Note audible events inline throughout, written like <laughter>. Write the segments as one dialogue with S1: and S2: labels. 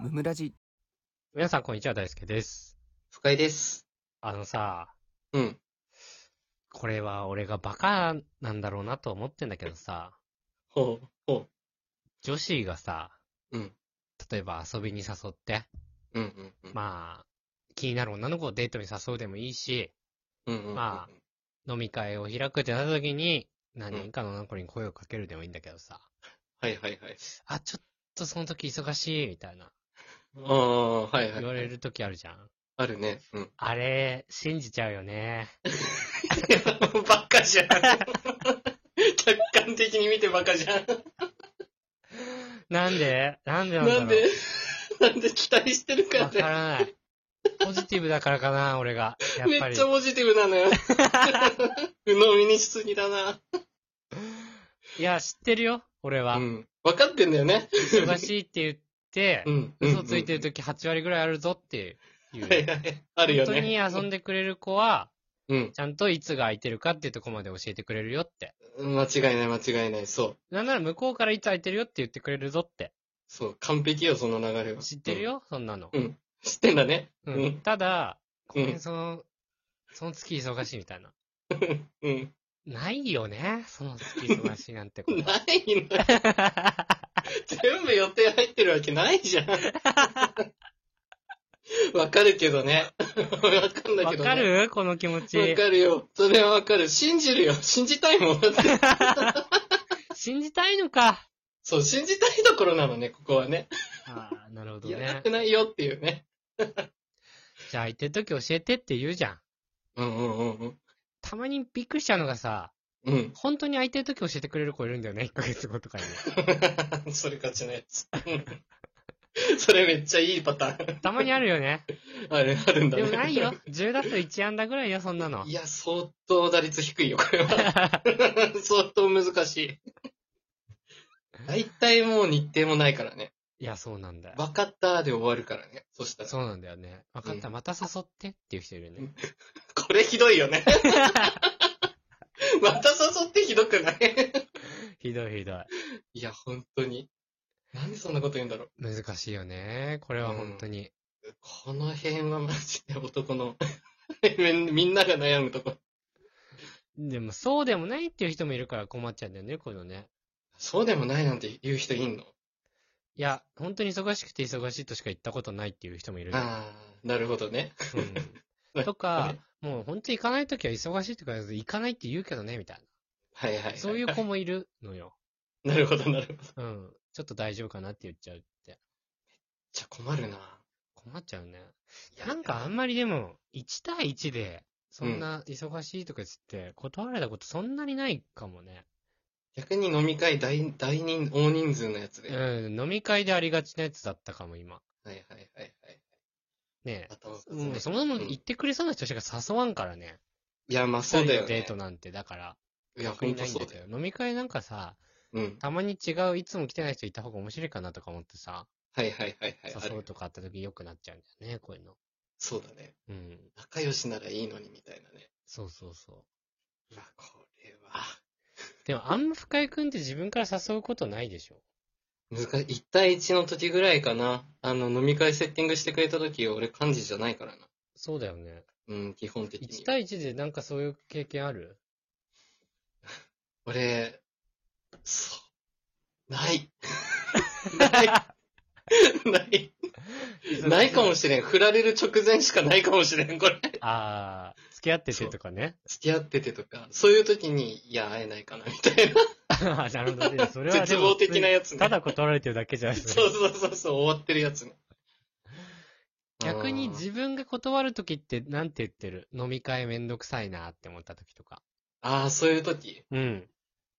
S1: ムムラジ
S2: 皆さん、こんにちは。大輔です。
S3: 不快です。
S2: あのさ、
S3: うん。
S2: これは俺がバカなんだろうなと思ってんだけどさ、
S3: ほう、ほ
S2: 女子がさ、
S3: う。うん、
S2: 例えば遊びに誘って、
S3: うん、うん、うん。
S2: まあ、気になる女の子をデートに誘うでもいいし、
S3: うん、うん、うん。
S2: ま飲み会を開くってなった時に、何人かの女の子に声をかけるでもいいんだけどさ、
S3: はいはいはい。
S2: あ、ちょっとその時忙しい、みたいな、
S3: ああ、はいはい。
S2: 言われ。る時あるじゃん。
S3: あるね。うん。 <laughs>
S2: あれ、信じちゃうよね。
S3: いや、バカじゃん。客観的に見てバカじゃん。
S2: なんでなんでなんだろう
S3: なんで、なんで期待してるか
S2: わから
S3: ね。
S2: ない。ポジティブだからかな、俺が。やっぱ
S3: めっ
S2: り
S3: ちゃ。ポジティブなのよ。 <laughs> 鵜呑みにしすぎだな。
S2: いや、知ってるよ、俺は。
S3: うん。分かってんだよね。
S2: 忙しいって言って
S3: う、ん。うん
S2: 嘘ついてる。時8割ぐらいあるぞっていう。
S3: はいはい。あるよ
S2: 本
S3: ね。
S2: 当に遊んでくれる子は、
S3: うん。
S2: ちゃんといつが空いてるかっていうとこまで教えてくれるよって。
S3: 間違いない間違いない。そう。
S2: なんなら向こうからいつ空いてるよって言ってくれるぞって。
S3: そう。完璧よ、その流れは。
S2: 知ってるよ、そんなの。
S3: うん。うん。知ってんだね。
S2: う
S3: うんん。
S2: ただ、ごめ
S3: うん
S2: ん、その、その月忙しいみたいな。
S3: うん。
S2: ないよね、その月忙しいなんてこ
S3: <laughs> な
S2: と。
S3: いのよ。全部予定入ってるわけないじゃん。 <laughs> わかるけどね。 <laughs> わかんだ
S2: わ
S3: けどね。
S2: かるこの気持ち。
S3: わかるよ。それはわかる。信じるよ。信じたいもん。だって
S2: <laughs> 信じたいのか。
S3: そう、信じたいところなのね、ここはね。
S2: ああ、なるほど
S3: やらな
S2: ね
S3: く。ないよっていうね。
S2: じゃあ、空いてる時教えてって言うじゃん。
S3: うんうんうんうん。
S2: たまにびっくりしちゃうのがさ、
S3: うん。 <laughs>
S2: 本当に空いてる時教えてくれる子いるんだよね、1ヶ月後とかに。
S3: それ勝ちのやつ。それめっちゃいいパターン。
S2: たまにあるよね。
S3: ある、あるんだ
S2: で
S3: ね。
S2: もないよ。。10だと1安打ぐらいよ、そんなの
S3: い。や、相当打率低いよ、これは。
S2: <laughs>
S3: 相当難しい。大体もう日程もないからね。
S2: いや、そうなんだよ。
S3: 分かったで終わるからね。そしたら。
S2: そうなんだよね。分かった、また誘ってっていう人いるよね。
S3: これひどいよ
S2: <laughs>
S3: ね。また誘ってひどくない
S2: ひどいひどい。
S3: いや、本当に。なんでそんなこと言うんだろう。
S2: 難しいよね。これは本当に。
S3: この辺はマジで男の <laughs> みんみんなが悩むとこ。
S2: でも、そうでもないっていう人もいるから困っちゃうんだよね、こういうのね。
S3: そうでもないなんて言う人いんの
S2: いや、本当に忙しくて忙しいとしか言ったことないっていう人もいる。
S3: ああ、なるほどね。
S2: うん、とか、もう本当に行かないときは忙しいとか言わず行かないって言うけどね、みたい
S3: はいはい、は
S2: な。
S3: い。
S2: そういう子もいるの
S3: <laughs>
S2: よ。
S3: なるほど、なるほど。
S2: うん。ちょっと大丈夫かなって言っちゃうって。
S3: じゃ困るな。
S2: 困っちゃうね。なんかあんまりでも、1対1で、そんな忙しいとか言って、断られたことそんなにないかもね。
S3: 逆に飲み会大大人大人数のやつで。
S2: う
S3: はい
S2: ん。飲み会でありがちなやつだったかも、今。
S3: はいはいはい。
S2: ね
S3: あと、
S2: え。もうそもそも
S3: うん
S2: 言ってくれそうな人しか誘わんからね。
S3: いや、まあそうだよ
S2: 二人のデ
S3: ね
S2: ー。トなんて、だから。
S3: いや、
S2: 逆
S3: ほ
S2: に
S3: ん
S2: な
S3: と
S2: いん
S3: そ
S2: だ
S3: うだ
S2: け
S3: よ。
S2: ど。飲み会なんかさ、
S3: うん。
S2: たまに違う、いつも来てない人いた方が面白いかなとか思ってさ、
S3: はいはいはいはい。あ
S2: 誘う
S3: る
S2: とかあった時良くなっちゃうんだよね、こういうの。
S3: そうだね。
S2: うん。
S3: 仲良しならいいのにみたいなね。
S2: そうそうそう
S3: わ、これは。
S2: う。でも、あんま深井くんって自分から誘うことないでしょ
S3: 難しい。1対1の時ぐらいかな。あの、飲み会セッティングしてくれた時、俺幹事じゃないからな。
S2: そうだよね。
S3: うん、基本的に。
S2: 1対1でなんかそういう経験ある
S3: 俺、そう。ない。
S2: <laughs>
S3: <laughs> ない。ない。 <laughs> ないかも
S2: し
S3: しれん。振られる直前しかないかもしれん、これ。
S2: れない。あー、付き合っててとかね。
S3: 付き合っててとか、そういう時に、いや、会えないかな、みたいな。
S2: あ <laughs> ーなるほどね。それはで
S3: 絶
S2: も。
S3: 望的なやつね。
S2: ただ断られてるだけじゃないですか
S3: そうそうそうそう、終わってるやつね。
S2: 逆に
S3: うん
S2: 自分が断るときってなんて言ってる飲み会めんどくさいなって思ったときとか。
S3: ああ、そういう時。
S2: うん。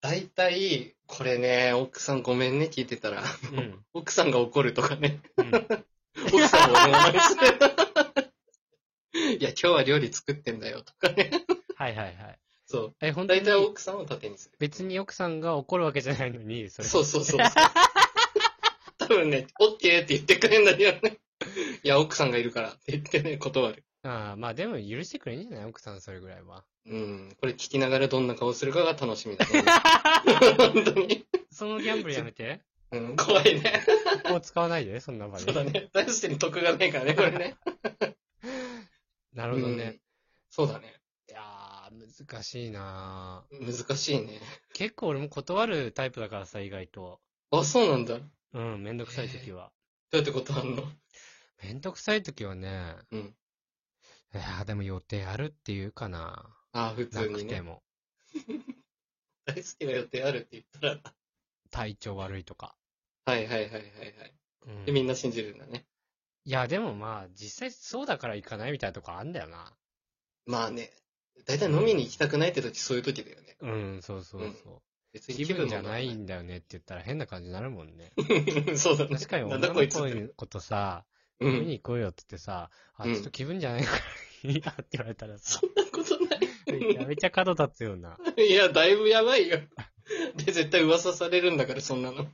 S3: 大体、これね、奥さんごめんね、聞いてたら。 <laughs>
S2: うん。
S3: 奥さんが怒るとか
S2: <laughs>
S3: ね。
S2: うん
S3: 奥さんもお願い <laughs> して。いや、今日は料理作ってんだよ、とかね。
S2: はいはいはい。
S3: そう。
S2: え、本当に
S3: 大体奥さんを盾にする。
S2: 別に奥さんが怒るわけじゃないのに、それ。
S3: そうそ
S2: <laughs>
S3: うそうそう。多分ね、オッケーって言ってくれんだけどね。いや、奥さんがいるからって言ってね、断る。
S2: ああ、まあでも許してくれんじゃない奥さんそれぐらい
S3: <laughs>
S2: は。
S3: うん。これ聞
S2: <laughs>
S3: きながらどんな顔するかが楽しみだね。本当に。
S2: そのギャンブルやめて。
S3: うん、怖いね。
S2: ここ使わないでね、そんな場
S3: そう
S2: 合
S3: だ。ね。大してに得がないからね、これね。
S2: なるほど
S3: う
S2: ね
S3: ん。。そうだね。
S2: いやー、難しいな
S3: 難しいね。
S2: ー結構俺も断るタイプだからさ、意外と。
S3: あ、そうなんだ。ど
S2: うん、めんどくさい時は。
S3: うやってことあんの
S2: めんどくさい時はね、
S3: うん。
S2: いやーでも予定あるっていうかな。
S3: あ、普
S2: な
S3: 通
S2: く
S3: に
S2: て
S3: ね。
S2: も。
S3: 大好きな予定あるって言ったら。
S2: 体調悪いとか。
S3: はいはいはいはいはい。
S2: うん
S3: で、みんな信じるんだね。
S2: いや、でもまあ、実際そうだから行かないみたいなとこあんだよな。
S3: まあね。大体飲みに行きたくないって時、そういう時だよね。
S2: うん、そうそうそう。
S3: 別に
S2: 気分じゃ
S3: も
S2: ないんだよねって言ったら変な感じになるもんね。
S3: <laughs> そうだね。
S2: 確かに
S3: な
S2: 女
S3: ん
S2: の子
S3: だこいつって。
S2: のことさ、
S3: う
S2: 見
S3: ん。
S2: に行こうよって言ってさ、あ、
S3: う
S2: ち
S3: ん
S2: ょっと気分じゃないからいいやって言われたらさ
S3: そ、んな <laughs> こと
S2: めちゃ
S3: な
S2: めちゃ角立つよう
S3: <laughs>
S2: な。
S3: い。いや、だいぶやばいよ。 <laughs> で、絶対噂されるんだから、そんなの。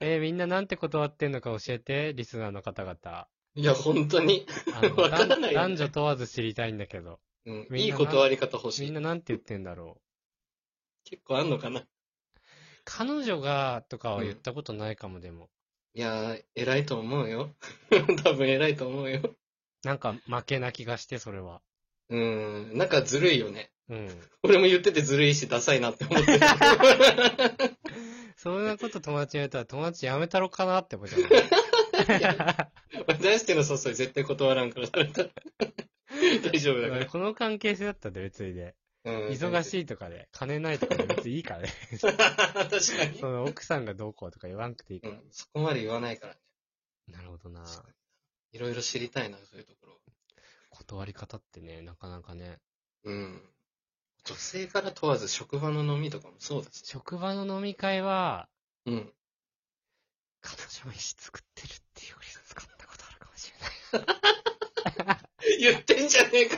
S2: えーみんななんて断ってんのか教えて、リスナーの方々。あ
S3: いや、本当に。
S2: の
S3: <laughs> わからないよね
S2: 男女問わず知りたいんだけど、
S3: うん。
S2: みんない
S3: い断り方欲し
S2: みん
S3: い。
S2: ななんて言ってんだろう。
S3: 結構あんのかな。
S2: 彼女がとかは言ったことないかも、でも。
S3: いやー、偉いと思うよ。 <laughs> 多分偉いと思うよ。
S2: なんか負けな気がして、それは。
S3: うーん、なんかずるいよね。 <laughs>
S2: うん。
S3: 俺も言っててずるいし、ダサいなって思ってる。 <laughs>
S2: そんなこと友達に言われたら友達やめたろかなって思っちゃう。
S3: <laughs> 大しての誘い絶対断らんから、誰 <laughs> か大丈夫だから。
S2: この関係性だったんで別にね。
S3: うん、
S2: 忙
S3: い。
S2: しいとかで、金ないとかで別にいいからね。
S3: <laughs> 確かに
S2: そ、の奥さんがどうこうとか言わんくていいか
S3: う
S2: ら。
S3: ん。そこまで言わないからね。
S2: なるほどな。
S3: いろいろ知りたいな、そういうところ。
S2: 断り方ってね、なかなかね。
S3: うん。女性から問わず職場の飲みとかもそうだし。
S2: 職場の飲み会は、
S3: うん。
S2: 彼女が飯作ってるっていうより使ったことあるかもしれない。
S3: <laughs> 言ってんじゃねえか。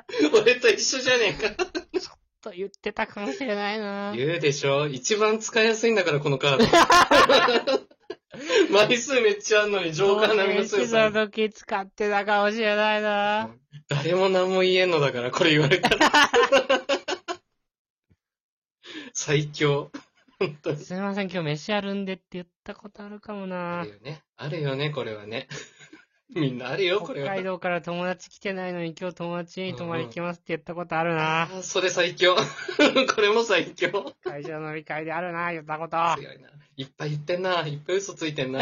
S3: <laughs> 俺と一緒じゃねえか。
S2: と言ってたかもしれないな。
S3: 言うでしょ一番使いやすいんだから、この
S2: <laughs>
S3: カード。枚数めっちゃあんのに、ジョーカー並みの強
S2: その
S3: さ。
S2: 時使ってたかもしれないな。
S3: 誰も何も言えんのだから、これ言われたら。 <laughs> 最強。本当に。
S2: すみません、今日飯あるんでって言ったことあるかも
S3: あ
S2: な
S3: る。よね。あるよね、これはね。みんなあるよ、これ
S2: 北
S3: は
S2: 海。道から友達来てないのに今日友達に泊まり来ますって言ったことあるな。
S3: あーそれ最強。 <laughs> これも最強。
S2: 会場飲み会であるな、言ったこと。
S3: 強いな。いっぱい言ってんな。いっぱい嘘つい
S2: <laughs>
S3: てんな。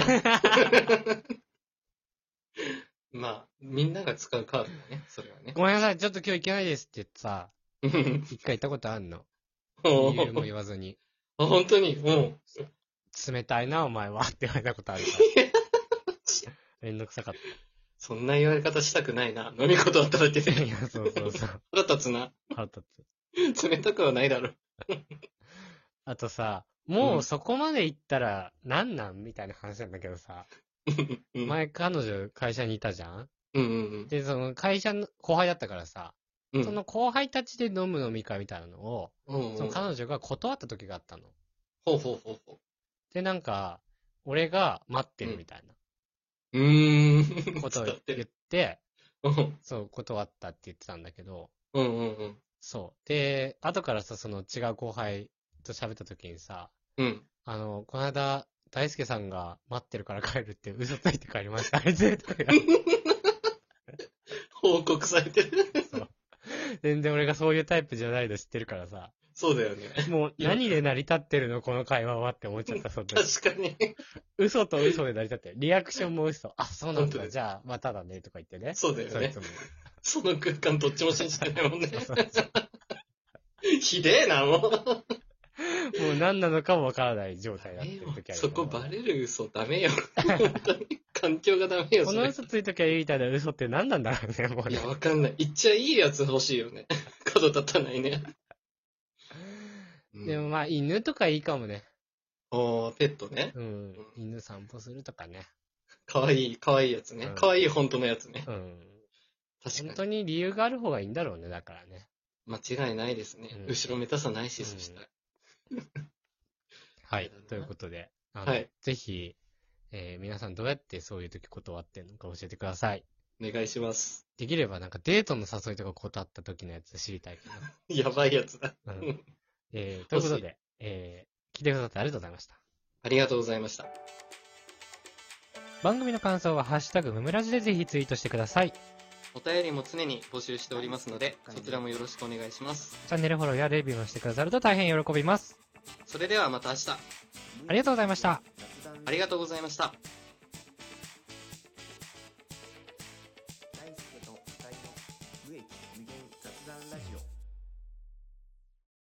S3: まあ、みんなが使うカードだね、それは
S2: <laughs>
S3: ね。
S2: ごめんなさい、ちょっと今日行けないですって言ってさ、
S3: うん
S2: 一回行ったことあんの。
S3: お
S2: 理由も
S3: ー
S2: 言わずに。
S3: あ本当にうん。
S2: 冷たいな、お前は。って言われたことあるか
S3: や
S2: ら。めんどくさかっ
S3: そんな言われ方したくないな。飲み事だっただけ
S2: た。
S3: で。
S2: いや、そうそうそう。
S3: 腹立つな。
S2: 腹立つ。
S3: 冷たくはないだろ。
S2: あとさ、もうんうそこまで行ったら、なんなんみたいな話なんだけどさ、
S3: うん
S2: 前彼女会社にいたじゃん
S3: うんうん
S2: で、その会社の後輩だったからさ、
S3: うん。
S2: その後輩たちで飲む飲み会みたいなのを、
S3: うんうんうん
S2: その彼女が断った時があったの。
S3: ほうほうほうほ。
S2: で、なんか、俺が待ってるみたいう
S3: うー。
S2: なん <laughs> ことを
S3: 伝わって
S2: 言
S3: る
S2: って、
S3: うん
S2: そう、断ったって言ってたんだけど、
S3: うんうんうん。
S2: そう。で、後からさ、その違う後輩と喋った時にさ、
S3: うん。
S2: あの、この間、大輔さんが待ってるから帰るって嘘ついて帰りました。あい
S3: <laughs>
S2: つとか言われ
S3: 報告されてる。
S2: てそう全然俺がそういうタイプじゃないの知ってるからさ。
S3: そうだよね。
S2: もう何で成り立ってるのこの会話はって思っちゃった、その時。
S3: 確かに。
S2: 嘘と嘘で成り立ってる。リアクションも嘘。あ、そうなん
S3: 本当だ
S2: だ。
S3: よ
S2: じゃあ、まただね、とか言ってね。
S3: そうだよ
S2: そい
S3: ね
S2: つ。も。
S3: その空間どっちも信じてないもんね
S2: そう。そうそ
S3: <laughs> ひでえな、もう。
S2: うもう何なのかもわからない状態だって
S3: ええ
S2: る
S3: わ
S2: 時ある。
S3: そこバレる嘘ダメよ。 <laughs> 本当に。環境がダメよ、
S2: こ
S3: そ
S2: の
S3: れ。
S2: 嘘ついときゃいいみたいな嘘って何なんだろうね、もう
S3: い
S2: ね
S3: や、。わかんない。言っちゃいいやつ欲しいよね。 <laughs> 角立たないね。
S2: でもまあ、犬とかいいかもね。
S3: おー、ペットね。
S2: うん。犬散歩するとかね。
S3: かわいい、かわいいやつね
S2: う。ん
S3: かわいい本当のやつね。
S2: うん。
S3: 確
S2: 本
S3: か
S2: 当に理由がある方がいいんだろうね、だからね。
S3: に。間違いないですね。
S2: うん
S3: 後ろ目指さないし、
S2: うん
S3: そしたら。
S2: はい
S3: そうだな。
S2: ということで、あの
S3: はい
S2: ぜひ、えー皆さんどうやってそういう時断ってんのか教えてください。
S3: お願いします。
S2: できればなんかデートの誘いとか断った時のやつ知りたいけ
S3: やばいやつだ。
S2: ど。う
S3: うん
S2: <laughs> んえーということで、えー聞いてくださってありがとうございました。
S3: ありがとうございました。
S2: 番組の感想はハッシュタグムムラジでぜひツイートしてください。チ
S3: お便りも常に募集しておりますので、そちらもよろしくお願いします。
S2: ャンネルフォローやレビューもしてくださると大変喜びます。
S3: それではまた明日、
S2: ありがとうございました。
S3: ありがとうございました。
S1: 大輔と二人の無益無限雑談ラジオ